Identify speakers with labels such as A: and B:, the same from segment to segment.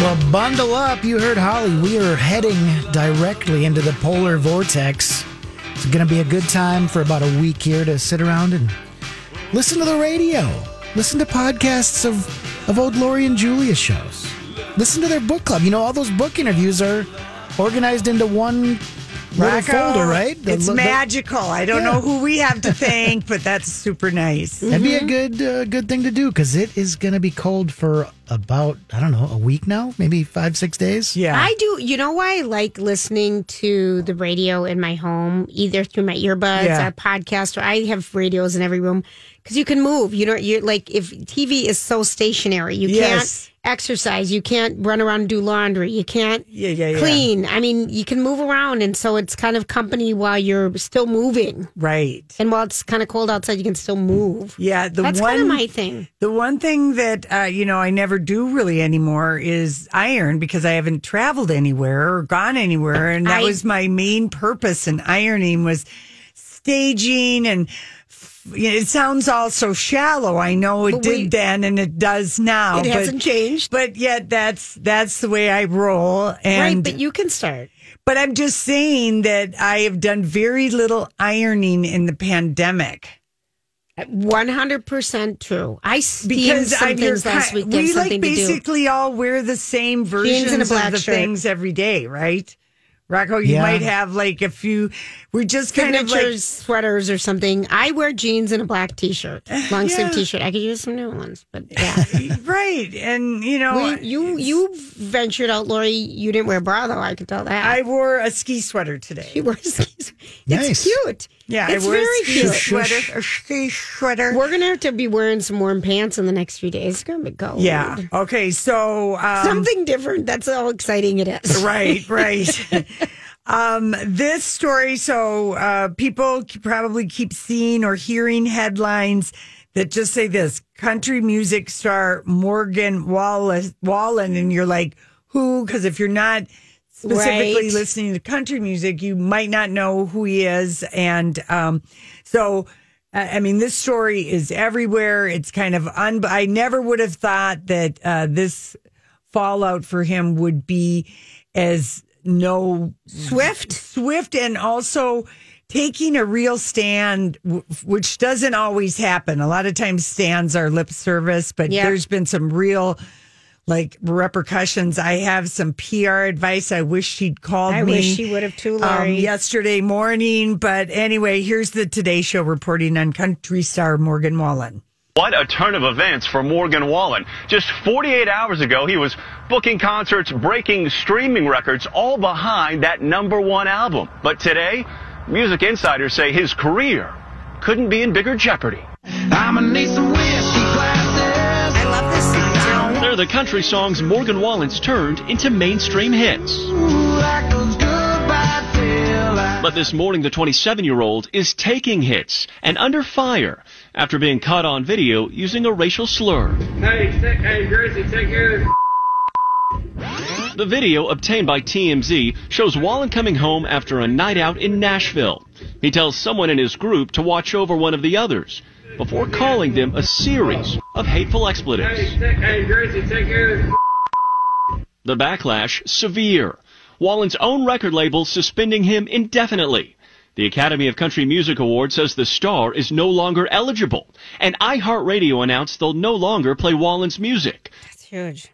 A: Well, bundle up. You heard Holly. We are heading directly into the polar vortex. It's going to be a good time for about a week here to sit around and listen to the radio, listen to podcasts of, of old Lori and Julia shows, listen to their book club. You know, all those book interviews are organized into one little
B: Rocco,
A: folder, right? The-
B: it's
A: the-
B: magical. I don't
A: Yeah.
B: know who we have to thank, but that's super nice.
A: That'd be a good uh, good thing to do because it is going to be cold for about I don't know a week now, maybe five six days.
B: Yeah.
C: I do. You know why I like listening to the radio in my home, either through my earbuds
B: Yeah.
C: or podcast, or I have radios in every room because you can move. You know, you're like if TV is so stationary, you
B: Yes.
C: can't exercise, you can't run around and do laundry, you can't
B: Yeah, yeah, yeah.
C: clean. I mean, you can move around, and so it's kind of company while you're still moving,
B: Right.
C: and while it's kind of cold outside, you can still move.
B: Yeah. The
C: That's
B: one
C: kind of my thing.
B: The one thing that uh, you know I never do really anymore is iron because I haven't traveled anywhere or gone anywhere, and that
C: I-
B: was my main purpose in ironing was staging and. f- you know, It sounds all so shallow. I know it
C: But
B: did
C: we-
B: then, and it does now.
C: It
B: but-
C: hasn't changed.
B: but yet that's that's the way I roll. And
C: right, but you can start.
B: but I'm just saying that I have done very little ironing in the pandemic.
C: One hundred percent true. I steamed
B: because
C: some
B: I'm
C: things
B: your
C: last
B: ki-
C: week. to have
B: We like
C: something to do.
B: basically all wear the same versions
C: and a black
B: of the
C: shirt.
B: things every day, right? Rocco, you
A: Yeah.
B: might have like a few. We're just kind
C: signatures,
B: of like
C: sweaters, or something. I wear jeans and a black t-shirt, long sleeve
B: Yeah.
C: t-shirt. I could use some new ones, but yeah.
B: right, and you know,
C: We, you you ventured out, Lori. You didn't wear bra though. I could tell that.
B: I wore a ski sweater today.
C: you wore skis.
A: Nice.
C: It's cute.
B: Yeah,
C: it's
B: I wore
C: very
B: a ski
C: cute.
B: sweater, a ski sweater.
C: We're gonna have to be wearing some warm pants in the next few days. It's gonna be cold.
B: Yeah. Okay. So um,
C: something different. That's how exciting it is.
B: right, right. um, this story, so uh, people c- probably keep seeing or hearing headlines that just say this country music star Morgan Wallace, Wallen, and you're like, who? Because if you're not specifically
C: Right.
B: listening to country music, you might not know who he is. And um, so. I I mean, this story is everywhere. It's kind of un. I never would have thought that uh, this fallout for him would be as no swift swift and also taking a real stand w- which doesn't always happen a lot of times stands are lip service but
C: Yeah.
B: there's been some real like repercussions i have some pr advice i wish she'd called
C: I
B: me
C: wish she would have too,
B: um,
C: Lori.
B: yesterday morning but anyway here's the today show reporting on country star morgan wallen
D: What a turn of events for Morgan Wallen. Just 48 hours ago, he was booking concerts, breaking streaming records, all behind that number one album. But today, music insiders say his career couldn't be in bigger jeopardy.
E: I'ma need some whiskey glasses.
C: I love this song.
D: They're the country songs Morgan Wallen's turned into mainstream hits.
E: That goes goodbye till I-
D: But this morning, the 27 year old is taking hits and under fire after being caught on video using a racial slur.
F: Hey, take, hey, Gracie, take care of this.
D: The video, obtained by TMZ, shows Wallen coming home after a night out in Nashville. He tells someone in his group to watch over one of the others before calling them a series of hateful
F: Hey,
D: expletives.
F: take, hey, Gracie, take care of this.
D: The backlash severe. Wallen's own record label suspending him indefinitely. The Academy of Country Music Awards says the star is no longer eligible, and iHeartRadio announced they'll no longer play Wallen's music.
C: That's huge.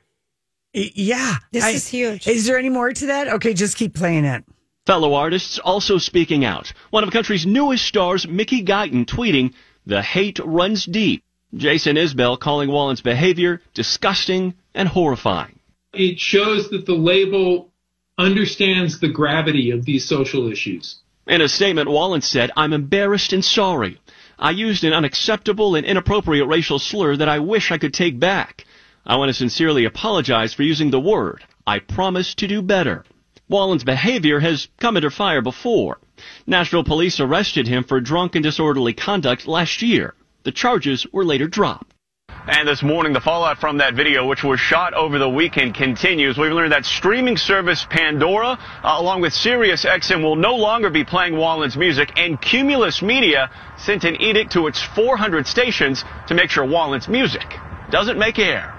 B: Y- Yeah.
C: This is huge.
B: Is there any more to that? Okay, just keep playing it.
D: Fellow artists also speaking out. One of the country's newest stars, Mickey Guyton, tweeting, The hate runs deep. Jason Isbell calling Wallen's behavior disgusting and horrifying.
G: It shows that the label understands the gravity of these social issues.
D: In a statement, Wallen said, I'm embarrassed and sorry. I used an unacceptable and inappropriate racial slur that I wish I could take back. I want to sincerely apologize for using the word. I promise to do better. Wallen's behavior has come under fire before. Nashville police arrested him for drunk and disorderly conduct last year. The charges were later dropped. And this morning, the fallout from that video, which was shot over the weekend, continues. We've learned that streaming service Pandora, uh, along with SiriusXM, will no longer be playing Wallen's music. And Cumulus Media sent an edict to its 400 stations to make sure Wallen's music doesn't make air.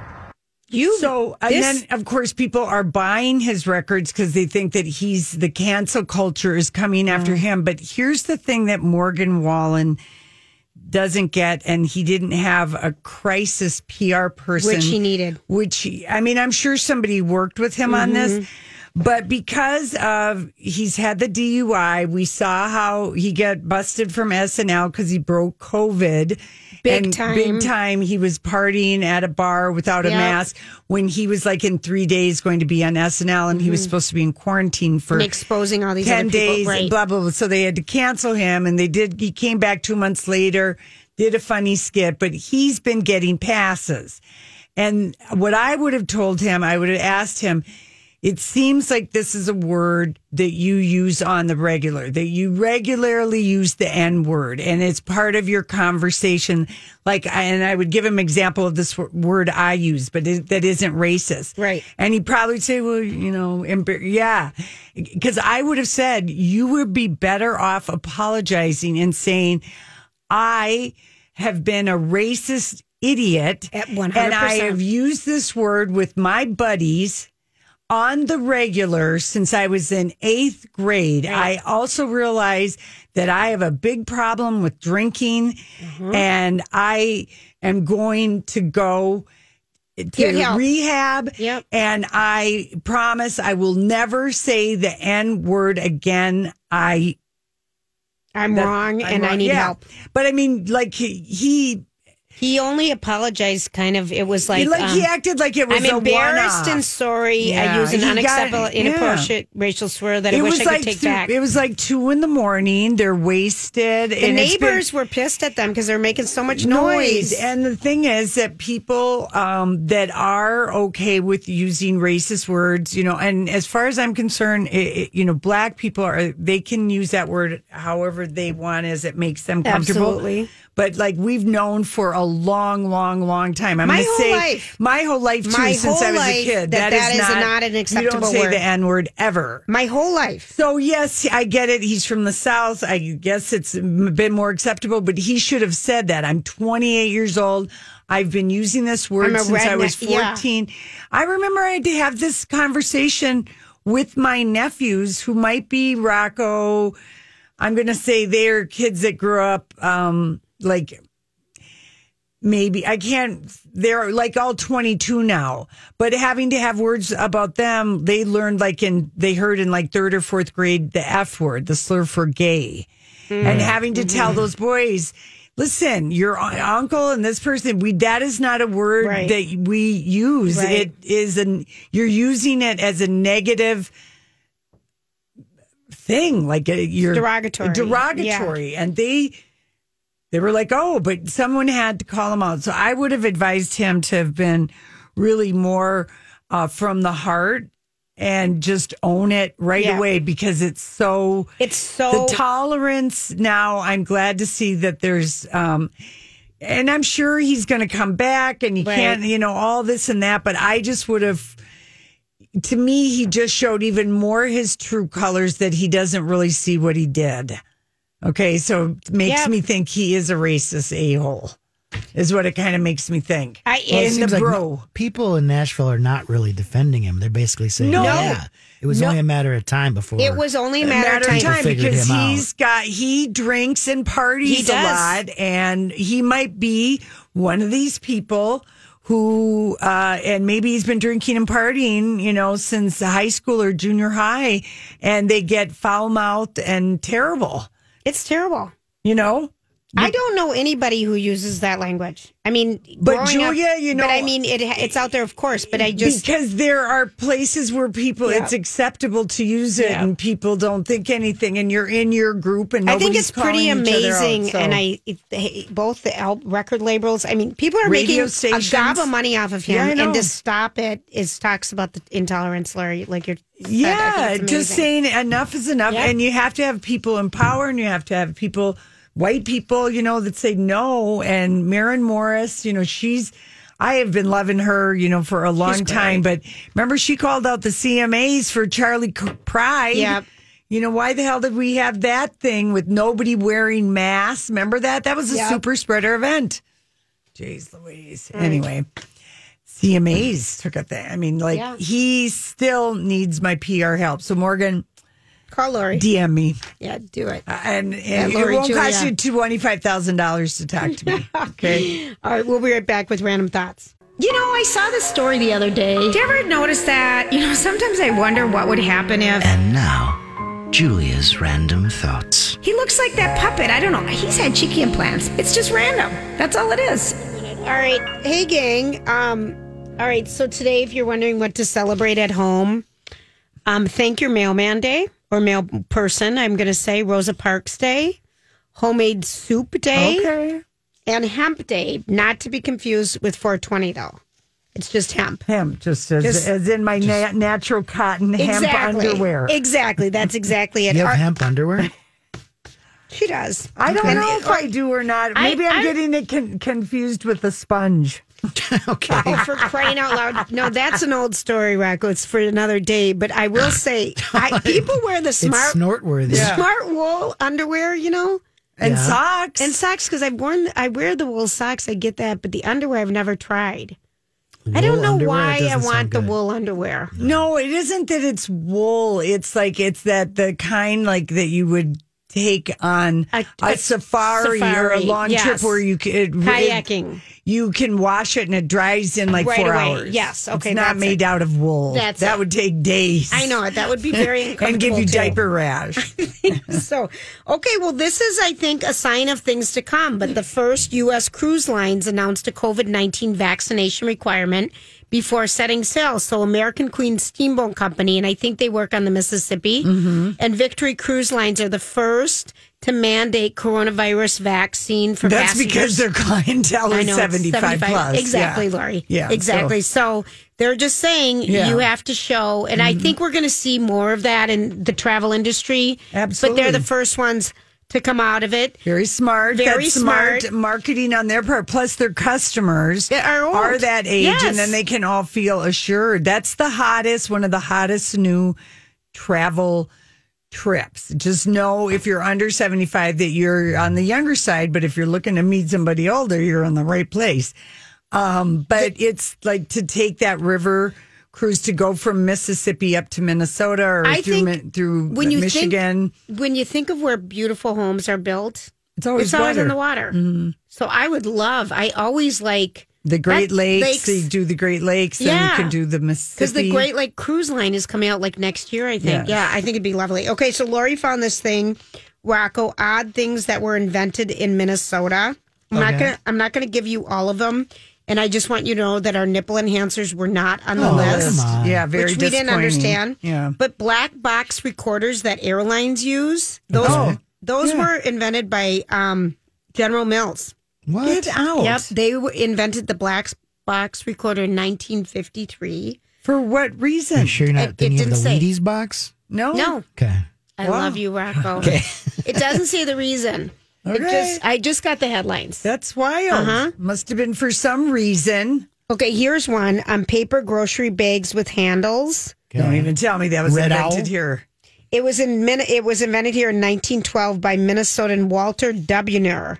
C: You
B: So, and
C: this-
B: then of course, people are buying his records because they think that he's the cancel culture is coming
C: Mm.
B: after him. But here's the thing that Morgan Wallen doesn't get, and he didn't have a crisis PR person,
C: Which he needed.
B: Which he, I mean, I'm sure somebody worked with him on this,
C: Mm-hmm.
B: but because of he's had the DUI, we saw how he got busted from SNL because he broke COVID.
C: Big
B: and
C: time.
B: Big time. He was partying at a bar without a
C: Yep.
B: mask when he was like in three days going to be on SNL and he
C: Mm-hmm.
B: was supposed to be in quarantine for
C: And exposing all these
B: 10
C: other people,
B: days
C: right.
B: blah, blah blah so they had to cancel him and they did he came back two months later did a funny skit but he's been getting passes and what i would have told him i would have asked him it seems like this is a word that you use on the regular that you regularly use the n word and it's part of your conversation like I- and i would give him example of this w- word i use but it, that isn't racist
C: Right.
B: and he'd probably say, well, you know, embar- yeah. Because I would have said, you would be better off apologizing and saying, I have been a racist idiot.
C: At
B: And I
C: 100%.
B: have used this word with my buddies on the regular since I was in eighth grade. I also realize that I have a big problem with drinking
C: Mm-hmm.
B: and I am going to go
C: Get
B: to
C: help.
B: rehab.
C: Yep.
B: And I promise I will never say the N word again. I
C: I'm
B: that-
C: wrong
B: I'm
C: and I
B: wrong.
C: need
B: Yeah.
C: help.
B: But I mean, like he, he
C: He only apologized. Kind of. It was like,
B: like,
C: um,
B: he acted like it was
C: I'm
B: a
C: embarrassed
B: one-off.
C: and sorry.
B: Yeah,
C: I use an
B: he got-
C: unacceptable,
B: yeah.
C: inappropriate racial slur that I
B: It
C: wish
B: was
C: I could
B: like
C: take
B: two-
C: back.
B: it was like two in the morning. They're wasted.
C: the
B: and it's been-
C: neighbors were pissed at them because they're making so much
B: noise.
C: noise.
B: And the thing is that people um, that are okay with using racist words, you know, and as far as I'm concerned, it, it- you know, black people are they can use that word however they want as it makes them comfortable.
C: Absolutely.
B: But like we've known for a long, long, long time. I'm
C: My
B: gonna
C: whole
B: say
C: life.
B: my whole life too,
C: My
B: since I
C: whole
B: was a
C: life
B: kid.
C: that that is not an
B: You
C: acceptable
B: don't say
C: word.
B: the N word ever.
C: My whole life.
B: So yes, I get it. He's from the South. I guess it's been more acceptable, but he should have said that. I'm 28 years old. I've been using this word
C: I'm a
B: since I was
C: redneck, yeah.
B: 14. I remember I had to have this conversation with my nephews who might be Rocco. I'm going to say they're kids that grew up, um, like maybe I can't. They're like all 22 now, but having to have words about them, they learned like in they heard in like third or fourth grade the F word, the slur for gay,
C: Mm.
B: and having
C: Mm-hmm.
B: to tell those boys. Listen, your un- uncle and this person, we that is not a word
C: Right.
B: that we use.
C: Right.
B: It is an you're using it as a negative thing, like uh, you're
C: Derogatory.
B: derogatory, and they they were like, oh, but someone had to call him out. So I would have advised him to have been really more uh, from the heart and just own it right
C: Yeah.
B: away because it's so.
C: It's so
B: The tolerance now, I'm glad to see that there's. Um, and I'm sure he's going to come back and he
C: Right.
B: can't, you know, all this and that. But I just would have, to me, he just showed even more his true colors that he doesn't really see what he did. Okay. So it makes
C: Yeah.
B: me think he is a racist a hole. is what it kind of makes me think.
C: I-
B: In
C: Well, it
B: the
A: like
B: bro.
A: no- people in Nashville are not really defending him. They're basically saying,
B: No.
A: yeah, it was
B: No.
A: only a matter of time before.
C: It was only a matter of
B: matter
C: time.
B: of time
A: figured
B: because
A: him out.
B: he's got he drinks and
H: He
B: parties a
H: does.
B: lot, and he might be one of these people who uh, and maybe he's been drinking and partying, you know, since high school or junior high, and they get foul mouthed and terrible,
C: It's terrible.
B: you know.
C: I don't know anybody who uses that language. I mean,
B: But
C: growing up-
B: Julia, you know-
C: but I mean, it, it's out there, of course. But I just
B: because there are places where people it's acceptable to use it and people don't think anything and you're in your group and
C: I think
B: nobody's
C: it's pretty
B: calling each other out,
C: amazing,
B: so-
C: and I it, hey, both the al- record labels. I mean, people are
B: Radio
C: making
B: stations.
C: a gob of money off of him,
B: Yeah, I know.
C: and to stop it is talks about the intolerance, Larry. Like you're,
B: Yeah, just saying enough is enough,
C: Yep.
B: and you have to have people in power, and you have to have people, white people, you know, that say no. And Maren Morris, you know, she's. I have been loving her, you know, for a long time. But remember, she called out the CMAs for Charlie C- Pride.
C: Yep.
B: You know, why the hell did we have that thing with nobody wearing masks? Remember that? That was a
C: Yep.
B: super spreader event. Jeez Louise. Anyway, CMAs took a thing. I mean, like,
C: Yeah.
B: he still needs my PR help. So, Morgan,
C: Carl Laurie.
B: DM me.
C: yeah, do it.
B: And, and
C: Yeah,
B: it
C: Lori,
B: won't cost
C: Julia.
B: you $25,000 to talk to me. Okay.
C: All right, we'll be right back with random thoughts.
H: You know, I saw this story the other day. Did you ever notice that? You know, sometimes I wonder what would happen if
I: And now, Julia's random thoughts.
H: he looks like that puppet. I don't know. He's had cheeky implants. It's just random. That's all it is.
C: All right, hey gang. Um, all right, so today, if you're wondering what to celebrate at home, um, thank your mailman day or mail person. I'm going to say Rosa Parks Day, homemade soup day.
B: Okay.
C: and hemp day, not to be confused with 420 though. It's just hemp.
B: Him, just as,
C: Just-
B: as in my na- natural cotton hemp underwear.
C: Exactly. That's exactly it.
A: You
C: Are-
A: have hemp underwear?
C: She does.
B: I don't
C: And-
B: know if I do or not.
C: I-
B: Maybe I, am
C: I-
B: getting it con- confused with the sponge.
C: Oh, for crying out loud. No, that's an old story, Rocco. It's for another day. But I will say, I, people wear the
A: It's
C: smart,
A: snort worthy.
C: smart wool underwear, you know,
B: And
A: Yeah.
B: socks.
C: and socks, because I've worn, I wear the wool socks. I get that. But the underwear, I've never tried. I don't know why I want the wool underwear.
B: No, it isn't that it's wool. It's like it's that the kind like that you would take on a,
C: A- a
B: safari, or a
C: safari,
B: long
C: yes.
B: trip where you can it-
C: Kayaking.
B: you can wash it and it dries in like
C: Right
B: four
C: away.
B: hours.
C: Yes, okay,
B: it's not
C: that's
B: made
C: it.
B: out of wool.
C: That's
B: that
C: it.
B: would take days.
C: I know it. That would be very uncomfortable.
B: and give you
C: too.
B: diaper rash.
C: so, okay, well, this is, I think, a sign of things to come. But the first U.S. cruise lines announced a COVID 19 vaccination requirement before setting sail. So, American Queen Steamboat Company, and I think they work on the Mississippi,
B: Mm-hmm.
C: and Victory Cruise Lines are the first to mandate coronavirus vaccine for
B: That's
C: passengers.
B: because their clientele
C: I
B: is
C: know, it's
B: seventy five plus.
C: Exactly,
B: yeah.
C: Lori.
B: Yeah, so-
C: exactly. So, they're just saying
B: Yeah. Mm-hmm.
C: you have to show, and I think we're going to see more of that in the travel industry.
B: Absolutely.
C: But they're the first ones to come out of it.
B: Very smart.
C: Very
B: That's smart.
C: smart.
B: marketing on their part. Plus, their customers
C: They are old.
B: that age,
C: Yes.
B: and then they can all feel assured. That's the hottest, one of the hottest new travel trips. Just know if you're under 75 that you're on the younger side, but if you're looking to meet somebody older, you're in the right place. Um, but it's like to take that river cruise to go from Mississippi up to Minnesota or
C: I
B: through,
C: think
B: Mi- through
C: when you think-
B: Michigan.
C: When you think of where beautiful homes are built,
B: it's always,
C: it's always
B: water. Mm-hmm.
C: on the water. So I would love, I always like,
B: The Great
C: That-
B: Lakes,
C: lakes.
B: You do the Great Lakes, and then you
C: Yeah.
B: can do the Mississippi.
C: because the Great Lake Cruise Line is coming out like next year, I think.
B: Yeah.
C: Yeah, I think it'd be lovely. Okay, so Lori found this thing, Rocco, odd things that were invented in Minnesota. I'm not gonna, I'm not gonna give you all of them, and I just want you to know that our nipple enhancers were not on the
A: Oh,
C: list.
A: come on.
B: yeah, very
C: which we didn't
B: disappointing.
C: understand.
B: Yeah,
C: But black box recorders that airlines use, those
B: Oh,
C: those
B: yeah.
C: were invented by um, General Mills.
A: What?
B: get out.
C: Yep, they were, invented the black box recorder in 1953.
B: For what reason?
A: You sure you're not
C: It- it
A: thinking of
C: didn't
A: the
C: say.
A: Wheaties box?
B: No,
C: No,
A: Okay.
C: I
B: Wow.
C: love you, Rocco. it doesn't say the reason. It
B: Okay.
C: just I just got the headlines.
B: that's wild.
C: Uh-huh.
B: Must have been for some reason.
C: Okay, here's one on paper grocery bags with handles.
B: Don't even tell me that was
A: Red
B: invented
A: Owl?
B: here.
C: It was in Min- it was invented here in 1912 by Minnesotan Walter Dubner.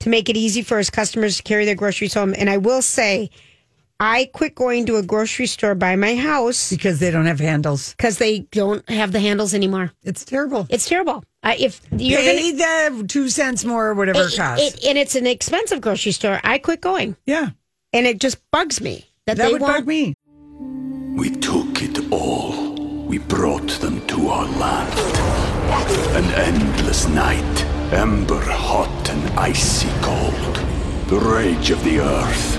C: to make it easy for his customers to carry their groceries home. And I will say, I quit going to a grocery store by my house
B: because they don't have handles.
C: Because they don't have the handles anymore.
B: It's terrible.
C: It's terrible. Uh, if you're
B: Pay the two cents more or whatever it,
C: gonna,
B: costs.
C: it, and it's an expensive grocery store, I quit going.
B: Yeah,
C: and it just bugs me that,
B: that
C: they
B: would
C: won't.
B: bug me.
J: We took it all. We brought them to our land. An endless night, ember hot and icy cold. The rage of the earth.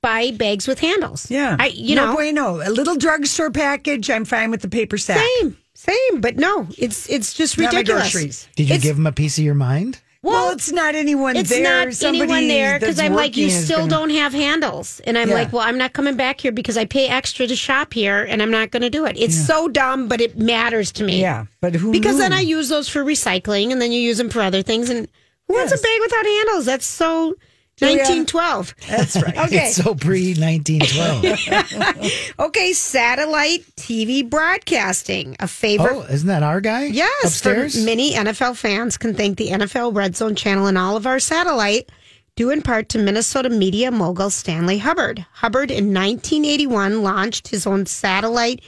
C: buy bags with handles.
B: Yeah.
C: I you
B: no
C: know
B: bueno. A little drugstore package. I'm fine with the paper sack.
C: same same, but no, it's it's just
B: Not my
C: ridiculous.
B: groceries.
A: Did you give him a piece of your mind?
B: Well, it's not anyone
C: it's
B: there.
C: not anyone
B: Somebody
C: there because
B: that's
C: I'm like, you
B: working is
C: still
B: gonna-
C: don't have handles, and I'm
B: Yeah.
C: like, well, I'm not coming back here because I pay extra to shop here, and I'm not going to do it. It's so dumb, but it matters to me.
B: Yeah, Mm-hmm. but who?
C: because then
B: knew?
C: I use those for recycling, and then you use them for other things. And who wants a bag without handles? That's so. 1912.
B: That's right.
C: Okay.
A: It's so pre 1912.
C: okay, satellite TV broadcasting, a favorite
A: oh, isn't that our guy?
C: Yes,
A: Upstairs?
C: For many NFL fans can thank the NFL Red Zone channel and all of our satellite, due in part to Minnesota media mogul Stanley Hubbard. Hubbard in 1981 launched his own satellite,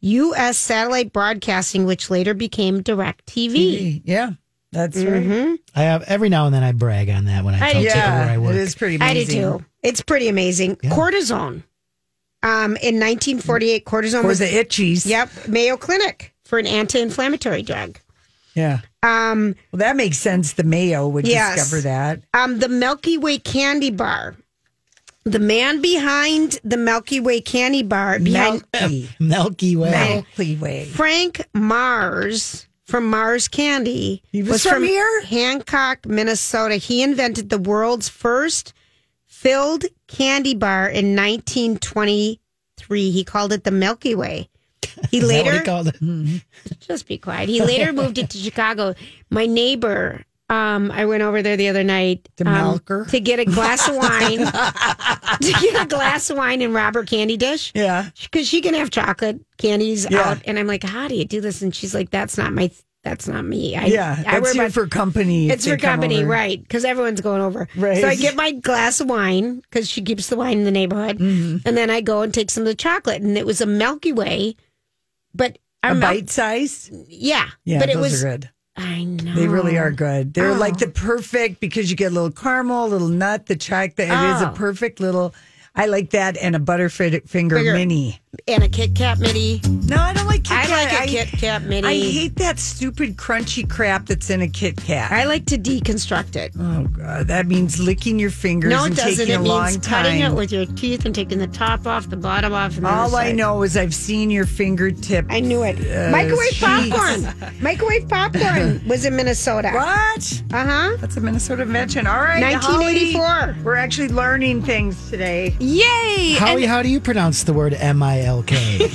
C: U.S. satellite broadcasting, which later became Direct TV.
B: Yeah, that's
C: Mm-hmm.
B: right.
A: I have every now and then I brag on that when I
C: I
A: tell
C: do.
A: people where I work.
B: it is pretty
C: I do
B: amazing.
C: too. It's pretty amazing. Cortisone. Um, in 1948, cortisone
B: For
C: was
B: the itchies.
C: Yep, Mayo Clinic for an anti-inflammatory drug.
B: Yeah.
C: Um,
B: Well, that makes sense. The Mayo would
C: Yes.
B: discover that.
C: um, the Milky Way candy bar. The man behind the Milky Way candy bar, behind
B: Melky.
A: Milky Way.
B: Melky way.
C: Frank Mars from Mars Candy,
B: He was from here?
C: Hancock, Minnesota. He invented the world's first filled candy bar in 1923. He called it the Milky Way. He
A: Is that what he
C: later
A: called it?
C: just be quiet. He later moved it to Chicago. My neighbor, um, I went over there the other night
B: To
C: um,
B: milk her?
C: to get a glass of wine, to get a glass of wine and rob her candy dish
B: Yeah.
C: because she can have chocolate candies
B: Yeah.
C: out. And I'm like, how do you do this? And she's like, that's not my, that's not me. I,
B: yeah.
C: I
B: That's
C: wear
B: here
C: my
B: for company. if
C: it's for
B: they come
C: company,
B: over.
C: right? Because everyone's going over.
B: Right.
C: So I get my glass of wine because she keeps the wine in the neighborhood,
B: Mm-hmm.
C: and then I go and take some of the chocolate, and it was a Milky Way, but our
B: A
C: Mil-
B: bite sized.
C: yeah,
B: Yeah,
C: but
B: those
C: it was.
B: are good.
C: I know
B: They really are good. They're
C: Oh.
B: like the perfect because you get a little caramel, a little nut, the chocolate. It is a
C: Oh.
B: perfect little. I like that and a butterfinger
C: Bigger.
B: mini.
C: And a Kit Kat mini.
B: No, I don't like Kit
C: I
B: Kat.
C: like a Kit Kat mini.
B: I hate that stupid crunchy crap that's in a Kit Kat.
C: I like to deconstruct it.
B: oh god, that means licking your fingers
C: no, it
B: and
C: doesn't.
B: taking
C: It
B: a long
C: means cutting
B: time.
C: it with your teeth and taking the top off, the bottom off. And the
B: All
C: other
B: I
C: side.
B: know is I've seen your fingertip.
C: I knew it.
B: uh,
C: Microwave
B: sheets.
C: popcorn. Microwave popcorn was in Minnesota.
B: What?
C: Uh huh.
B: That's a Minnesota invention. All right,
C: 1984.
B: Holly, we're actually learning things today.
H: Yay!
A: Howie, how do you pronounce the word M I L K?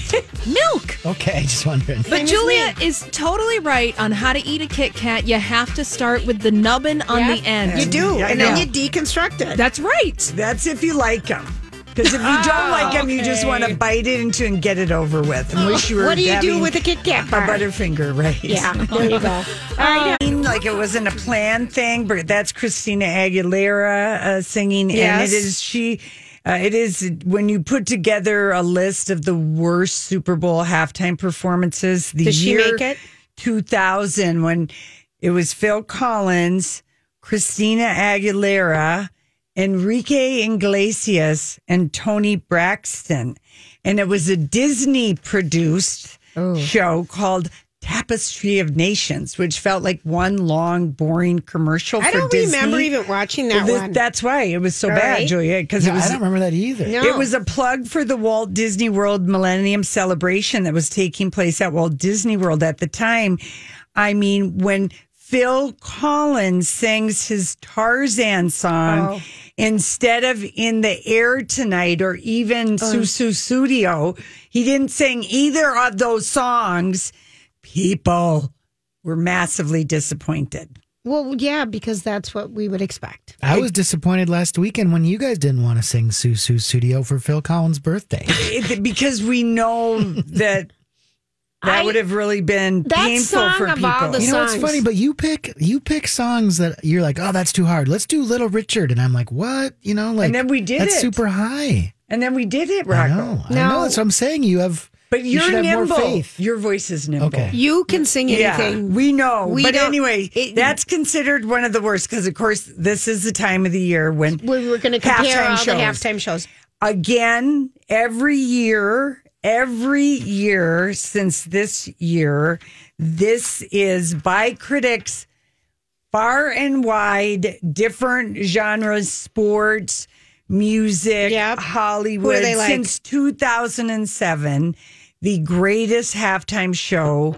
H: Milk!
A: Okay, just wondering.
K: But Julia is totally right on how to eat a Kit Kat. You have to start with the nubbin on
C: Yep.
K: the end.
C: You do,
B: Yeah,
C: and
B: yeah.
C: then you deconstruct it.
K: That's right.
B: That's if you like them. Because if you don't
C: Ah,
B: like them, you just want to bite it into and get it over with. And wish you were
C: what do you do
B: having
C: with a Kit Kat
B: a
C: bar?
B: butterfinger, right?
C: Yeah, there you go. All right,
B: I mean, like it wasn't a planned thing, but that's Christina Aguilera uh, singing, and
C: Yes.
B: it is she. Uh, it is when you put together a list of the worst Super Bowl halftime performances. The
C: Does she
B: year
C: make it?
B: 2000 when it was Phil Collins, Christina Aguilera, Enrique Iglesias, and Tony
C: Oh.
B: Braxton, and it was a Disney produced show called Tapestry of Nations, which felt like one long, boring commercial
C: I
B: for
C: don't
B: Disney.
C: remember even watching that
B: Well, this-
C: one.
B: That's why it was so
C: All
B: bad,
C: right.
B: Julia. Because
A: Yeah,
B: it was
A: I don't remember that either.
C: No.
B: It was a plug for the Walt Disney World Millennium Celebration that was taking place at Walt Disney World at the time. I mean, when Phil Collins sings his Tarzan song instead of in the air tonight or even Susu Studio, he didn't sing either of those songs. People were massively disappointed.
C: Well, yeah, because that's what we would expect.
A: I was disappointed last weekend when you guys didn't want to sing Sue Sue Studio for Phil Collins' birthday.
B: It- because we know that that
C: I-
B: would have really been
C: That
B: painful
C: song
B: for
C: of
B: people.
C: all the
A: you know what's
C: songs.
A: funny, but you pick you pick songs that you're like, oh, that's too hard. Let's do Little Richard, and I'm like, what? You know, like
B: then we did
A: that's
B: it.
A: super high.
B: and then we did it,
A: I
B: Rocco.
A: know, I know. That's what I'm saying. You have,
B: But
A: you
B: you're
A: should have
B: nimble.
A: more faith.
B: Your voice is nimble.
A: Okay.
C: You can sing
B: Yeah,
C: anything.
B: we know.
C: We
B: but
C: don't-
B: anyway,
C: it-
B: that's considered one of the worst because, of course, this is the time of the year when
C: We were going to compare
B: Halftime
C: all the
B: shows.
C: halftime shows.
B: again every year every year since this year this is by critics far and wide different genres sports music
C: Yep.
B: hollywood
C: Who do they like?
B: since 2007 the greatest halftime show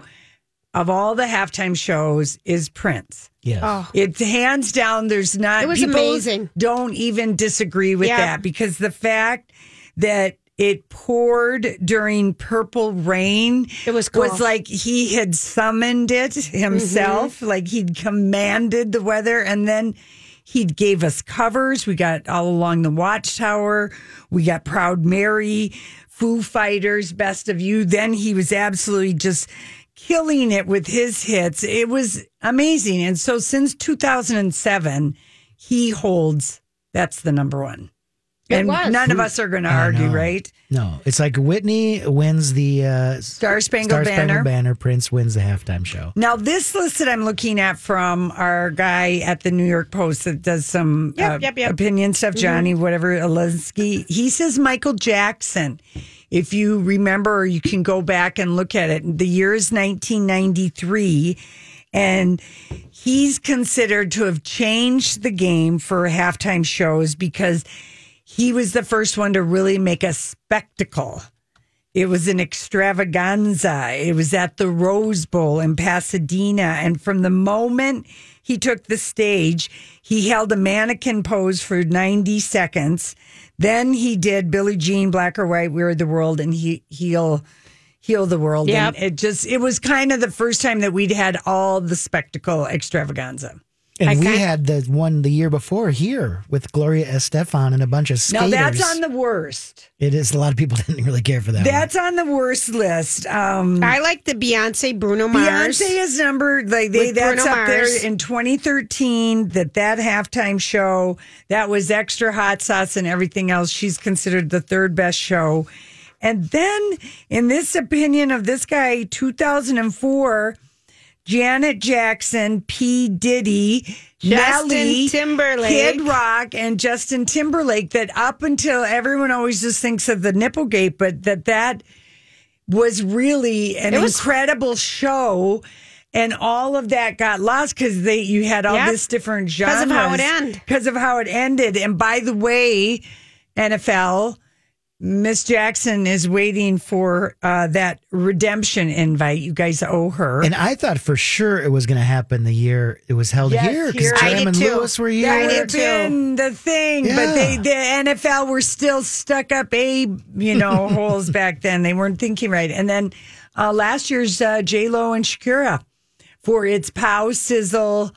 B: of all the halftime shows is prince
A: Yes.
C: Oh,
B: it's hands down. There's not.
C: It was
B: people
C: amazing.
B: Don't even disagree with
C: Yeah.
B: that because the fact that it poured during Purple Rain
C: It was cool.
B: was like he had summoned it himself,
C: Mm-hmm.
B: like he'd commanded the weather, and then he gave us covers. We got all along the Watchtower. We got Proud Mary, Foo Fighters, Best of You. Then he was absolutely just killing it with his hits. It was amazing. And so since 2007, he holds that's the number one.
C: It
B: and
C: was.
B: none of us are going to argue,
A: know.
B: right?
A: No, it's like Whitney wins the uh,
B: Star Spangled
A: Spangled
B: Banner.
A: Banner. Prince wins the halftime show.
B: Now, this list that I'm looking at from our guy at the New York Post that does some
C: Yep,
B: uh,
C: yep, yep. Mm-hmm.
B: opinion stuff, Johnny, whatever, Alinsky, he says Michael Jackson. If you remember, you can go back and look at it. The year is 1993, and he's considered to have changed the game for halftime shows because he was the first one to really make a spectacle. It was an extravaganza. It was at the Rose Bowl in Pasadena. And from the moment he took the stage, he held a mannequin pose for 90 seconds. Then he did Billie Jean, Black or White, We're the World, and he, Heal, Heal the World.
C: Yep.
B: And it just, it was kind of the first time that we'd had all the spectacle extravaganza.
A: And
C: I
A: we
C: can't-
A: had the one the year before here with Gloria Estefan and a bunch of
B: Now
A: skaters.
B: that's on the worst.
A: It is a lot of people didn't really care for that. one.
B: That's on the worst list. Um,
C: I like the Beyonce Bruno Mars.
B: Beyonce is number like they
C: With
B: that's
C: Bruno
B: up
C: Mars.
B: there in 2013. That that halftime show that was extra hot sauce and everything else. She's considered the third best show. And then, in this opinion of this guy, 2004, Janet Jackson, P. Diddy,
C: Justin
B: Nelly,
C: Timberlake.
B: Kid Rock, and Justin Timberlake. That up until everyone always just thinks of the Nipplegate, but that that was really an
C: It was-
B: incredible show. And all of that got lost because they you had all
C: Yep.
B: this different genres
C: 'Cause of how it end.
B: because of how it ended. And by the way, NFL, Miss Jackson is waiting for uh, that redemption invite. You guys owe her.
A: And I thought for sure it was going to happen the year it was held
B: Yes,
A: here
B: here.
A: because
B: I
A: Graham
C: did
A: and
C: too.
A: Lewis were
C: Yeah, I
A: here.
B: That
C: did too.
B: been the thing, but they
A: Yeah.
B: the NFL were still stuck up a you know holes back then. They weren't thinking right. And then uh, last year's uh, J Lo and Shakira for its pow sizzle,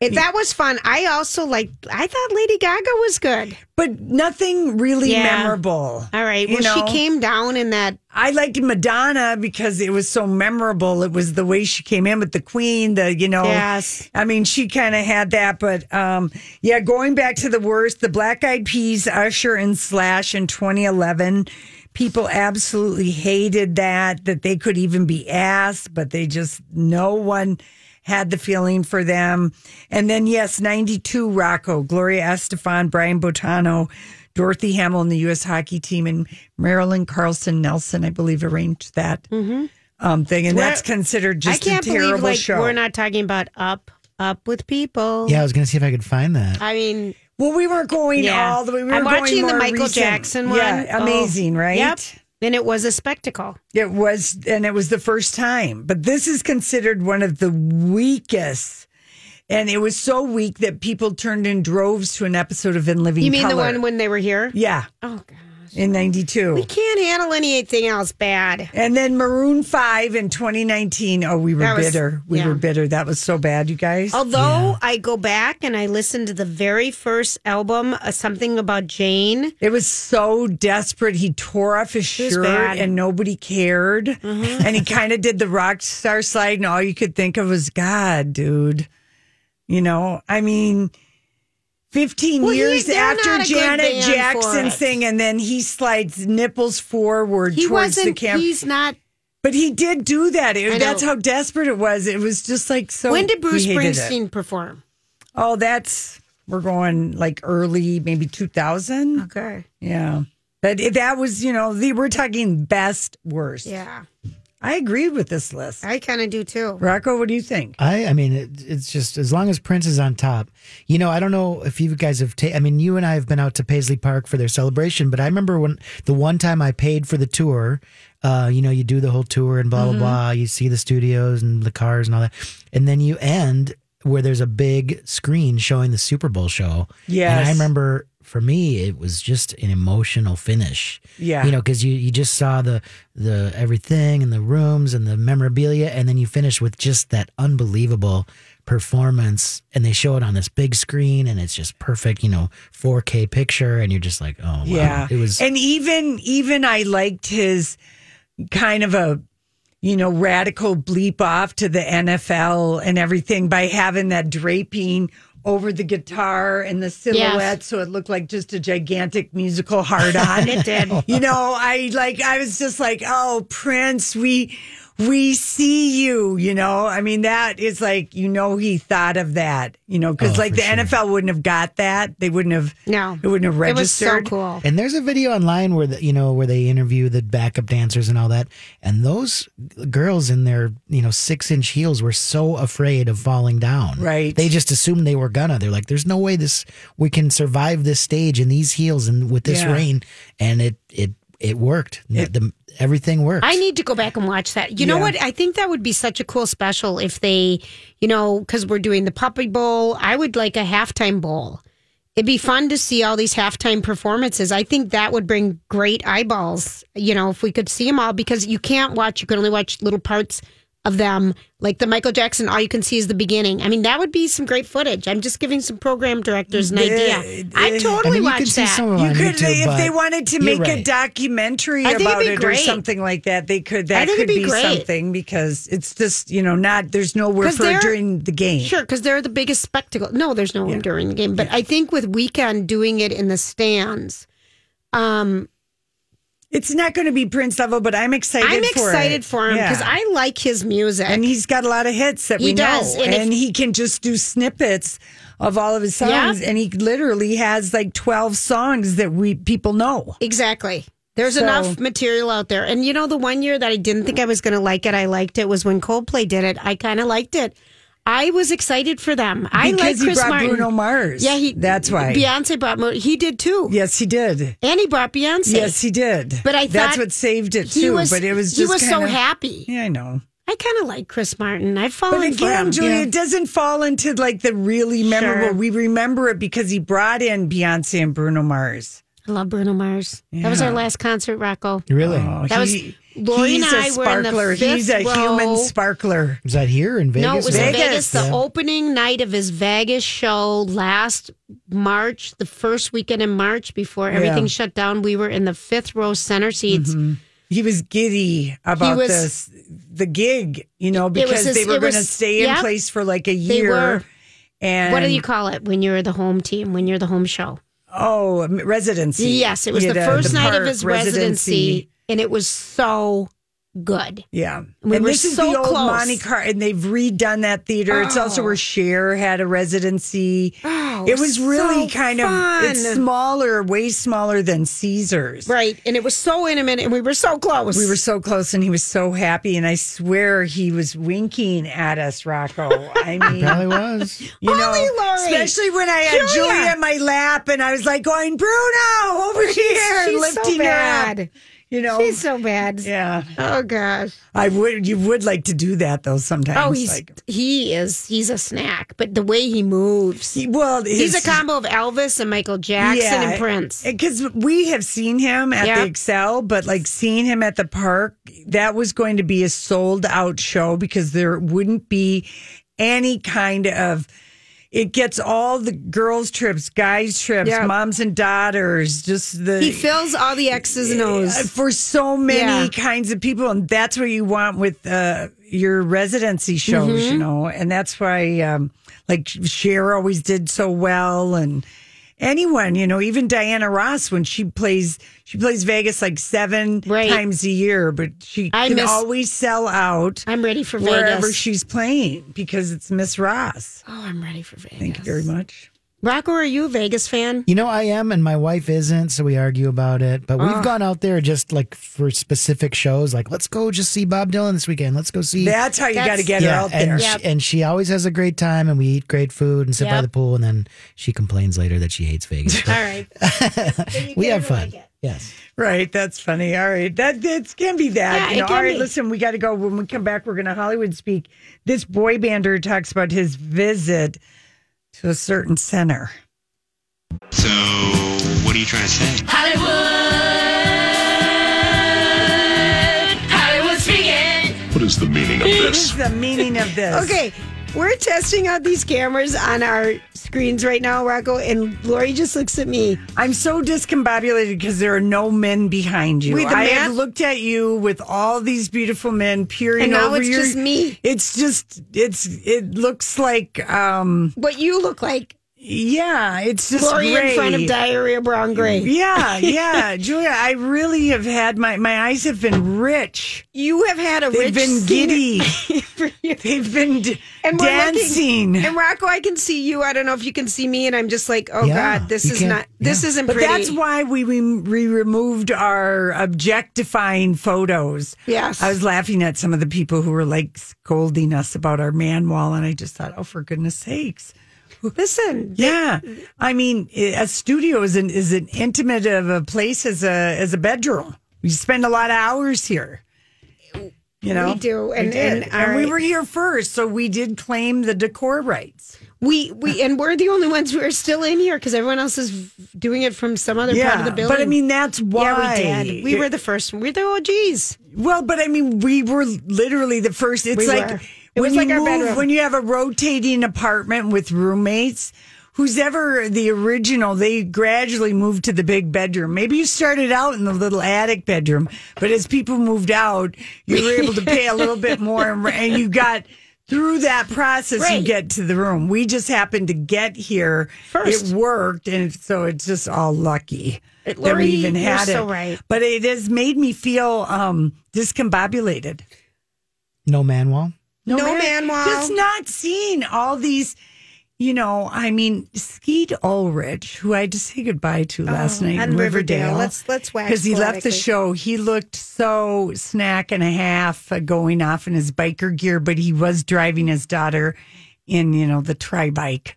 C: It- that was fun. I also like. I thought Lady Gaga was good.
B: but nothing really
C: Yeah.
B: memorable.
C: All right. Well,
B: you know?
C: she came down in that.
B: I liked Madonna because it was so memorable. It was the way she came in with the Queen, the you know.
C: Yes.
B: I mean, she kind of had that, but um, yeah. Going back to the worst, the Black Eyed Peas, Usher, and Slash in 2011, people absolutely hated that that they could even be asked, but they just no one had the feeling for them. And then yes, 92 Rocco, Gloria Estefan, Brian Botano, Dorothy Hamill and the U.S. hockey team, and Marilyn Carlson Nelson, I believe, arranged that. um, thing, and that's
C: We're-
B: considered just
C: Mm-hmm. I can't
B: a terrible
C: believe like
B: show.
C: we're not talking about up up with people.
A: Yeah, I was going to see if I could find that.
C: I mean,
B: well, we were going all the way- we
C: I'm
B: were going
C: watching the
B: more
C: Michael
B: recent.
C: Jackson one. Oh,
B: Yeah, amazing, right?
C: Yep. And it was a spectacle.
B: It was, and it was the first time. But this is considered one of the weakest. And it was so weak that people turned in droves to an episode of In Living
C: You mean the
B: Color.
C: one when they were here?
B: Yeah.
C: Oh, God.
B: In 92.
C: We can't handle anything else bad.
B: And then Maroon 5 in 2019. Oh, we were
C: That was-
B: bitter. We
C: yeah.
B: were bitter. That was so bad, you guys.
C: Although I go back and I listen to the very first album, uh, something about Jane.
B: It was so desperate. He tore off his
C: was
B: shirt
C: bad. Mm-hmm.
B: and nobody cared. And he kind of did the rock star slide, and all you could think of was, God, dude. You know, I mean, 15
C: Well, he-
B: years
C: they're
B: after
C: not a good
B: Janet
C: band for
B: Jackson
C: it.
B: thing, and then he slides nipples forward
C: He
B: towards the
C: wasn't.
B: camera.
C: He's not.
B: But he did do that. It-
C: I know.
B: that's how desperate it was. It was just like so.
C: when did Bruce
B: we Oh, hated it.
C: Springsteen perform?
B: Oh, that's we're going like early, maybe two thousand.
C: Okay.
B: Yeah. But if that was, you know, the, we're talking best, worst.
C: Yeah,
B: I agree with this list.
C: I kind of do too.
B: Rocco, what do you think?
A: I, I mean, it, it's just as long as Prince is on top. You know, I don't know if you guys have. Ta- I mean, you and I have been out to Paisley Park for their celebration, but I remember when the one time I paid for the tour. Uh, you know, you do the whole tour and blah blah blah. You see the studios and the cars and all that, and then you end where there's a big screen showing the Super Bowl show. and
B: Yes.
A: I remember for me it was just an emotional finish.
B: Yeah.
A: you know, because you you just saw the the everything and the rooms and the memorabilia, and then you finish with just that unbelievable performance, and they show it on this big screen, and it's just perfect, you know, 4K picture, and you're just like, oh, wow.
B: Yeah.
A: it was.
B: And even even I liked his kind of a you know radical bleep off to the NFL and everything by having that draping over the guitar and the silhouette so it looked like just a gigantic musical hard on
C: It did.
B: you know i like i was just like oh prince we we see you you know i mean that is like you know he thought of that you know because
A: Oh,
B: like
A: for
B: the
A: sure.
B: nfl wouldn't have got that they wouldn't have
C: No,
B: it wouldn't have
C: It was so
B: registered
C: cool.
A: and there's a video online where the, you know where they interview the backup dancers and all that, and those girls in their you know six inch heels were so afraid of falling down.
B: Right.
A: They just assumed they were gonna. They're like, there's no way this we can survive this stage in these heels and with this
B: Yeah.
A: rain, and it it it worked. the, everything worked.
C: I need to go back and watch that. You know
A: Yeah.
C: what? I think that would be such a cool special if they, you know, because we're doing the Puppy Bowl. I would like a halftime bowl. It'd be fun to see all these halftime performances. I think that would bring great eyeballs, you know, if we could see them all because you can't watch, you can only watch little parts of them. Like the Michael Jackson, all you can see is the beginning. I mean, that would be some great footage. I'm just giving some program directors an idea. I
A: I
C: totally
A: mean, you
C: watch
A: can see
C: that.
A: some of it on
B: you could
A: YouTube,
B: if they
A: but
B: wanted to
A: you're
B: make a
A: right.
B: documentary
C: I think it'd
B: about
C: be
B: it or
C: great.
B: something like that they could that
C: I think
B: could
C: it'd
B: be,
C: be great.
B: something because it's just you know not there's nowhere
C: 'Cause
B: for
C: they're-
B: it during the game
C: Sure, because they're the biggest spectacle. No, there's no one during the game, but I think with weekend doing it in the stands, um,
B: it's not going to be prince level but i'm excited
C: I'm
B: for
C: excited
B: it.
C: for him because
B: Yeah.
C: I like his music.
B: and he's got a lot of hits that
C: He
B: we
C: does,
B: know,
C: and
B: and,
C: if-
B: he can just do snippets of all of his songs,
C: Yeah.
B: and he literally has like twelve songs that we people know.
C: exactly. There's
B: So-
C: enough material out there, and you know the one year that I didn't think I was going to like it, I liked it was when Coldplay did it. I kind of liked it. I was excited for them. I
B: Because
C: like
B: he
C: Chris
B: brought
C: Martin.
B: Bruno Mars.
C: Yeah, he.
B: That's why.
C: Beyonce brought. Mo- He did too,
B: Yes, he did.
C: and he brought Beyonce.
B: Yes, he did.
C: But I
B: that's
C: thought
B: what saved it
C: he
B: too.
C: was-
B: but it was just
C: he was so
B: kinda-
C: happy. Oh,
B: Yeah, I know.
C: I kind of like Chris Martin. I've fallen
B: But
C: for him.
B: again, Julia, it doesn't fall into like the really memorable.
C: Sure.
B: We remember it because he brought in Beyonce and Bruno Mars.
C: I love Bruno Mars. That was our
B: Yeah.
C: last concert, Rocco.
A: really.
B: Oh,
C: That was- Lori
B: he's
C: and
B: a
C: I were in the
B: sparkler. he's a
C: fifth
B: human
C: row.
B: sparkler.
A: Was that here in Vegas?
C: No, it was
A: or-
C: in Vegas.
B: Vegas.
C: The
B: Yeah.
C: opening night of his Vegas show last March, the first weekend in March before everything shut down. We were in the fifth row center seats.
B: Mm-hmm. he was giddy about
C: was-
B: this the gig, you know,
C: was
B: because
C: his-
B: they were
C: it
B: going
C: was-
B: to stay in
C: yep.
B: place for like a year.
C: were.
B: And
C: What do you call it when you're the home team? When you're the home show?
B: Oh, m- residency.
C: Yes, it was
B: You
C: the
B: know,
C: first night
B: park
C: of his residency, and it was so good.
B: Yeah.
C: We
B: and
C: were
B: this is
C: so
B: the old
C: close.
B: Monte Carlo, and they've redone that theater. It's also
C: Oh.
B: where Cher had a residency.
C: Oh, know.
B: It was really
C: So
B: kind
C: fun.
B: of it's smaller, way smaller than Caesar's.
C: Right. And it was so intimate and we were so close.
B: We were so close, and he was so happy, and I swear he was winking at us, Rocco. I mean,
A: probably was.
B: You know,
C: Holy Lord.
B: especially when I had
C: Julia.
B: Julia. in my lap, and I was like going, "Bruno, over
C: She's-
B: here,
C: she's so
B: lifting her
C: bad.
B: up." You know,
C: She's so bad.
B: Yeah.
C: Oh gosh.
B: I would. You would like to do that though sometimes.
C: Oh, he's
B: like,
C: he is he's a snack, but the way he moves,
B: He- well,
C: he's
B: his-
C: a combo of Elvis and Michael Jackson and Prince.
B: Because we have seen him at
C: Yeah.
B: the Excel, but like seeing him at the park, that was going to be a sold out show because there wouldn't be any kind of. It gets all the girls' trips, guys' trips,
C: Yeah.
B: moms and daughters, just the
C: He fills all the X's and O's.
B: Uh, for so many
C: Yeah.
B: kinds of people, and that's what you want with uh, your residency shows, you
C: Mhm.
B: know. And that's why, um, like Cher always did so well, and anyone, you know, even Diana Ross when she plays, she plays Vegas like seven
C: Right.
B: times a year, but she
C: I
B: can
C: miss-
B: always sell out.
C: I'm ready for
B: wherever
C: Vegas.
B: she's playing because it's Miss Ross.
C: oh, I'm ready for Vegas.
B: Thank you very much.
C: Rocco, are you a Vegas fan?
A: You know, I am, and my wife isn't, so we argue about it. But
B: Uh-huh.
A: we've
C: Ah.
A: gone out there just like for specific shows, like let's go just see Bob Dylan this weekend. Let's go see.
B: That's how you got to get her out
A: and
B: there.
A: she- and she always has a great time, and we eat great food and sit by
B: Yep.
A: the pool, and then she complains later that she hates Vegas. But
C: All right.
A: we have fun. yes.
B: Right, that's funny. All right, that it can be that.
C: Yeah,
B: you
C: it
B: know,
C: can
B: all right,
C: be.
B: listen, we got to go. When we come back, we're going to Hollywood speak. This boy bander talks about his visit to a certain center.
L: So, what are you trying to say?
E: Hollywood. Hollywood speaking.
M: What is the meaning of
B: What is
M: this?
B: the meaning of this?
C: Okay, we're testing out these cameras on our screens right now, Rocco, and Lori just looks at me.
B: I'm so discombobulated because there are no men behind you.
C: We- the
B: I
C: man-
B: have looked at you with all these beautiful men peering
C: And now
B: over
C: it's
B: your-
C: just me.
B: It's just it's it looks like um
C: What you look like,
B: yeah, it's just
C: Lori in front
B: gray.
C: of diarrhea brown gray.
B: Yeah, yeah, Julia. I really have had my my eyes have been rich.
C: You have had a
B: They've
C: rich
B: been
C: scene-
B: giddy. They've been d-
C: we're looking-
B: dancing.
C: and Rocco, I can see you. I don't know if you can see me, and I'm just like, oh
B: Yeah,
C: god, this
B: you
C: is
B: can't-
C: not. This
B: yeah.
C: isn't
B: But
C: pretty.
B: that's why we, we we removed our objectifying photos.
C: Yes.
B: I was laughing at some of the people who were like scolding us about our man wall, and I just thought, oh, for goodness sakes.
C: Listen,
B: Yeah, I mean, i- a studio is an is an intimate of a place as a as a bedroom. We spend a lot of hours here. You know,
C: We do, and-
B: did.
C: and- all
B: and we
C: right.
B: were here first, so we did claim the decor rights.
C: we we and we're the only ones who are still in here because everyone else is doing it from some other part of the building.
B: But I mean, that's why
C: yeah, we did. We were the first. We're the OGs.
B: Well, but I mean, we were literally the first. It's
C: We
B: like
C: were. It was
B: when
C: like
B: you
C: our
B: move-
C: bedroom.
B: when you have a rotating apartment with roommates. Who's ever the original, they gradually moved to the big bedroom. Maybe you started out in the little attic bedroom, but as people moved out, you were able to pay a little bit more and, and you got through that process, you
C: Right.
B: get to the room. We just happened to get here.
C: First.
B: It worked. And so it's just all lucky
C: It-
B: that
C: Lori,
B: we even
C: you're
B: had it.
C: so right.
B: But it has made me feel um, discombobulated.
A: No man wall.
C: No man wall.
B: Just not seeing all these, you know, I mean, Skeet Ulrich, who I had to say goodbye to last night
C: on
B: in
C: Oh, Riverdale.
B: Riverdale.
C: Let's- let's wax
B: Because he left the
C: poetically.
B: show. He looked so snack and a half uh, going off in his biker gear, but he was driving his daughter in, you know, the tri bike,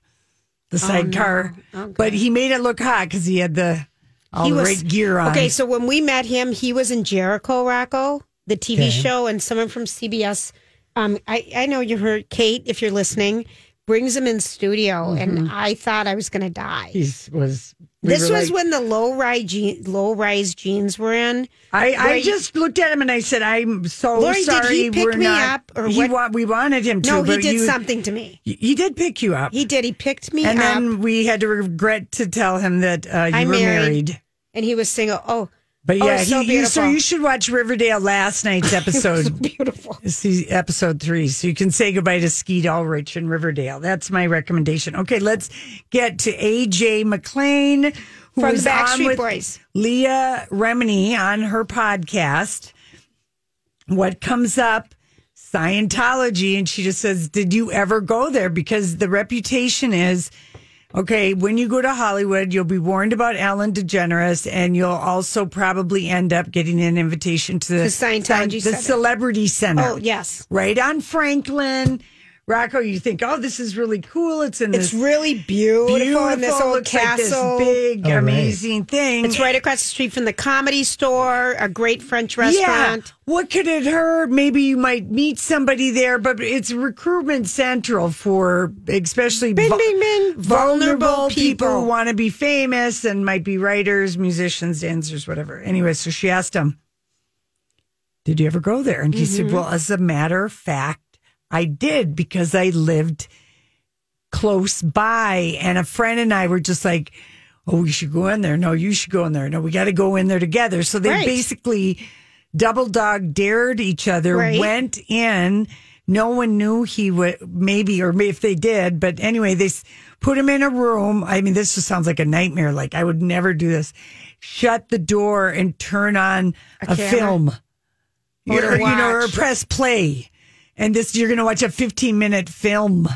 B: the
C: Oh,
B: sidecar. But he made it look hot because he had the all the right gear on.
C: Okay, so when we met him, he was in Jericho, Rocco, the TV
B: Okay.
C: show, and someone from CBS. Um, I I know you heard Kate, if you're listening, brings him in studio,
B: Mm-hmm.
C: and I thought I was gonna die.
B: he was. we
C: this
B: were
C: was
B: like-
C: when the low rise je- low rise jeans were in.
B: I, I
C: Right.
B: just looked at him and I said, "I'm so
C: Lori, did he
B: sorry."
C: pick
B: we're
C: me
B: not,
C: up or
B: he
C: what?
B: wa- we wanted him to.
C: No, he
B: but
C: did
B: you-
C: something to me.
B: He he did pick you up,
C: He did. He picked me
B: and
C: up,
B: then we had to regret to tell him that uh, you
C: I
B: were
C: married.
B: married.
C: and he was single. Oh,
B: But
C: Oh,
B: yeah,
C: so
B: he, you, so
C: beautiful.
B: you should watch Riverdale last night's episode.
C: beautiful.
B: See episode three, so you can say goodbye to Skeet Ulrich in Riverdale. That's my recommendation. Okay, let's get to AJ McLean, who
C: From the
B: was on
C: Backstreet
B: with
C: Boys.
B: Leah Remini on her podcast. What comes up? Scientology, and she just says, "Did you ever go there?" Because the reputation is Okay, when you go to Hollywood, you'll be warned about Ellen DeGeneres, and you'll also probably end up getting an invitation to the,
C: The Scientology
B: the
C: Center.
B: Celebrity Center.
C: Oh, yes.
B: right on Franklin. Rocco, you think, oh, this is really cool. It's in
C: It's
B: this
C: really beautiful, and this old
B: looks like this
C: castle.
B: big,
C: Oh, right.
B: amazing thing.
C: It's right across the street from the comedy store, a great French restaurant.
B: Yeah. What could it hurt? Maybe you might meet somebody there, but it's recruitment central for especially
C: Bing,
B: vul-
C: bing, bing.
B: vulnerable,
C: Vulnerable
B: people,
C: people.
B: who want to be famous and might be writers, musicians, dancers, whatever. Anyway, so she asked him, Did you ever go there? And he said,
C: Mhm.
B: Well, as a matter of fact, I did because I lived close by. And a friend and I were just like, oh, we should go in there. No, you should go in there. No, we got to go in there together. So they
C: Right.
B: basically double dog dared each other,
C: Right.
B: went in. No one knew he would, maybe, or may- if they did, but anyway, they s- put him in a room. I mean, this just sounds like a nightmare. Like, I would never do this. Shut the door and turn on
C: A
B: a,
C: camera.
B: film
C: Or to
B: or, you know, or
C: watch.
B: press play. And this, you're going to watch a 15 minute film.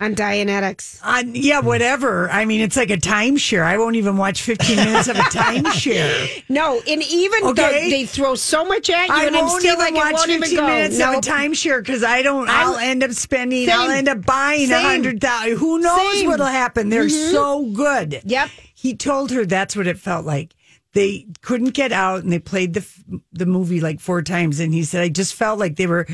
C: On Dianetics.
B: On, yeah, whatever. I mean, it's like a timeshare. I won't even watch 15 minutes of a timeshare.
C: No, and even though
B: Okay.
C: they throw so much at you,
B: I
C: and I'm
B: won't
C: still
B: even
C: like, I
B: watch
C: won't even
B: 15
C: go.
B: minutes
C: Nope.
B: of a timeshare because I don't.
C: I-
B: I'll end up spending. I'll
C: Same.
B: end up buying a
C: Same.
B: hundred thousand. Who knows
C: Same.
B: what'll happen? They're
C: Mhm.
B: so good.
C: Yep.
B: He told her that's what it felt like. They couldn't get out, and they played the f- the movie like four times. And he said, I just felt like they were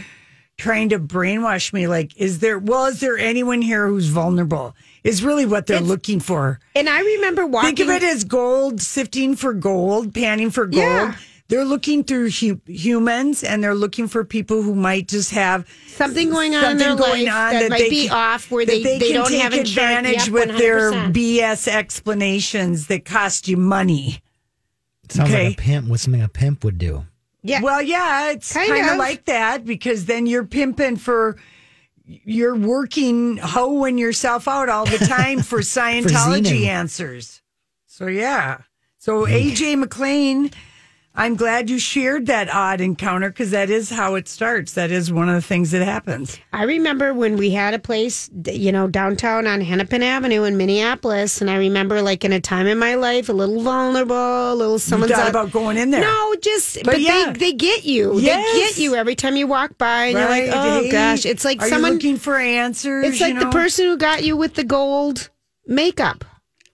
B: trying to brainwash me. Like, is there? Well, is there anyone here who's vulnerable? Is really what they're looking for.
C: And I remember walking.
B: Think of it as gold, sifting for gold, panning for gold.
C: Yeah.
B: They're looking through hu- humans and they're looking for people who might just have
C: Something going on in their
B: going
C: life
B: on
C: that might
B: they
C: be
B: can-
C: off where
B: that
C: they- they
B: can
C: don't
B: take
C: have insurance.
B: advantage
C: Yep,
B: with their
C: 100%.
B: BS explanations that cost you money.
A: Sounds
B: Okay.
A: like a pimp. What's something a pimp would do?
B: Yeah. Well, yeah, it's
C: Kind
B: kind of
C: of.
B: like that because then you're pimping for you're working hoeing yourself out all the time for Scientology
A: Xenu.
B: answers. So yeah. So AJ McLean, I'm glad you shared that odd encounter because that is how it starts. That is one of the things that happens.
C: I remember when we had a place, d- you know, downtown on Hennepin Avenue in Minneapolis, and I remember like in a time in my life, a little vulnerable, a little someone's
B: thought
C: out-
B: about going in there.
C: No, just
B: But
C: but,
B: yeah.
C: they they get you.
B: Yes.
C: They get you every time you walk by, and you're like, oh
B: Hey,
C: gosh, it's like
B: are you
C: someone.
B: looking for answers.
C: It's like
B: you
C: the
B: know?
C: person who got you with the gold makeup.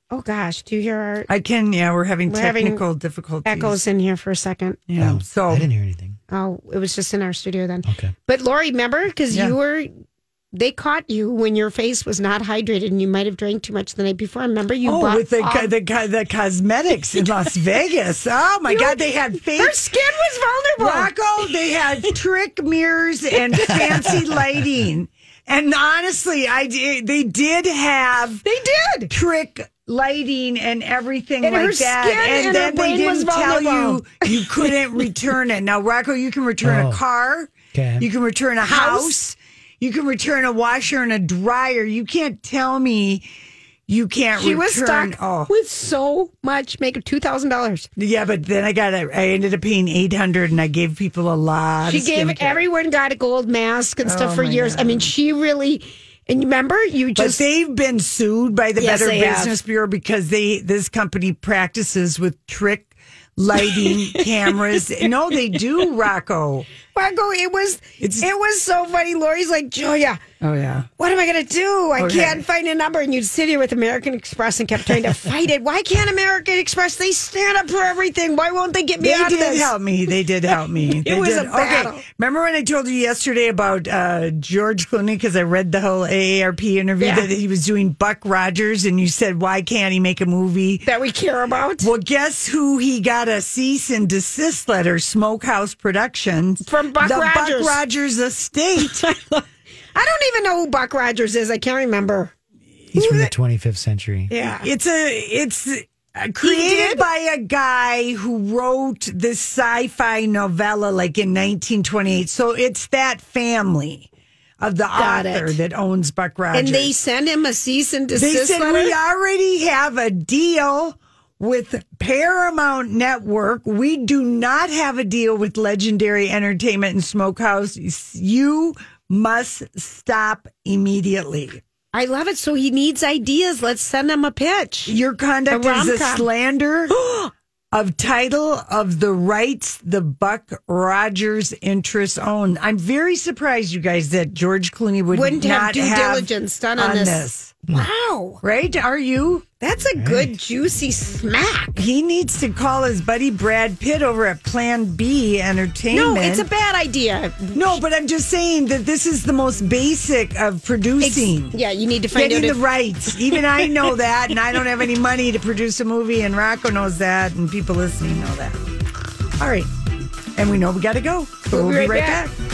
C: Oh gosh, do you hear our
B: I can. Yeah, we're having
C: We're having
B: technical difficulties.
C: echoes in here for a second?
B: Yeah. so
A: I didn't hear anything.
C: Oh, it was just in our studio then.
A: Okay.
C: But Lori, remember because
B: Yeah.
C: you were. They caught you when your face was not hydrated and you might have drank too much the night before. Remember you
B: oh,
C: bought
B: with the,
C: all-
B: co- the co- the cosmetics in Las Vegas. Oh my
C: You
B: God,
C: were-
B: they had fake
C: Her skin was vulnerable.
B: Rocco. They had trick mirrors and fancy lighting. And honestly, I did, they did have
C: They did.
B: trick lighting and everything
C: And
B: like
C: her
B: that.
C: skin
B: and,
C: and her
B: then they
C: brain was
B: didn't tell you
C: vulnerable.
B: you couldn't return it. Now, Rocco, you can return
A: Oh.
B: a car.
A: Okay.
B: You can return a
C: House.
B: house. You can return a washer and a dryer. You can't tell me you can't
C: She
B: return.
C: was stuck
B: Oh.
C: with so much makeup, two thousand dollars.
B: Yeah, but then I got I ended up paying eight hundred, and I gave people a lot.
C: She
B: of
C: gave
B: skincare.
C: everyone got a gold mask and stuff
B: Oh,
C: for
B: my
C: years. I mean, she really. And remember, you
B: But
C: just
B: they've been sued by the
C: Yes,
B: Better
C: they have.
B: Business Bureau because they this company practices with trick lighting cameras. No, they do, Rocco.
C: Marco, it was
B: It's-
C: it was so funny. Lori's like, Julia,
B: Oh yeah.
C: what am I gonna do? I
B: Okay.
C: can't find a number. And you'd sit here with American Express and kept trying to fight it. Why can't American Express? They stand up for everything. Why won't they get me
B: They
C: out
B: did
C: of this?
B: help me. They did help me. They
C: was a
B: did.
C: battle.
B: Okay. Remember when I told you yesterday about uh, George Clooney? Because I read the whole AARP interview
C: Yeah.
B: that he was doing Buck Rogers, and you said, "Why can't he make a movie?"
C: That we care about
B: Well, guess who he got a cease and desist letter? Smokehouse Productions
C: from Buck
B: the
C: Rogers.
B: Buck Rogers estate.
C: I don't even know who Buck Rogers is. I can't remember.
A: He's from the 25th century.
C: Yeah.
B: It's a it's uh, created by a guy who wrote this sci-fi novella like in 1928. So it's that family of the
C: Got
B: author
C: it.
B: that owns Buck Rogers.
C: And they send him a cease and
B: They
C: desist
B: said
C: letter.
B: we already have a deal with Paramount Network. We do not have a deal with Legendary Entertainment and Smokehouse. You must stop immediately.
C: I love it. So he needs ideas. Let's send him a pitch.
B: Your conduct is a slander of title of the rights the Buck Rogers interests own. I'm very surprised, you guys, that George Clooney would
C: Wouldn't
B: not
C: have due diligence done on this. Wow.
B: Right? Are you?
C: That's a good, juicy smack.
B: He needs to call his buddy Brad Pitt over at Plan B Entertainment.
C: No, it's a bad idea.
B: No, but I'm just saying that this is the most basic of producing.
C: Ex- yeah, you need to find
B: Getting
C: out
B: the
C: if-
B: rights. Even I know that, and I don't have any money to produce a movie, and Rocco knows that, and people listening know that. All right. And we know we got to go. So we'll, be right back.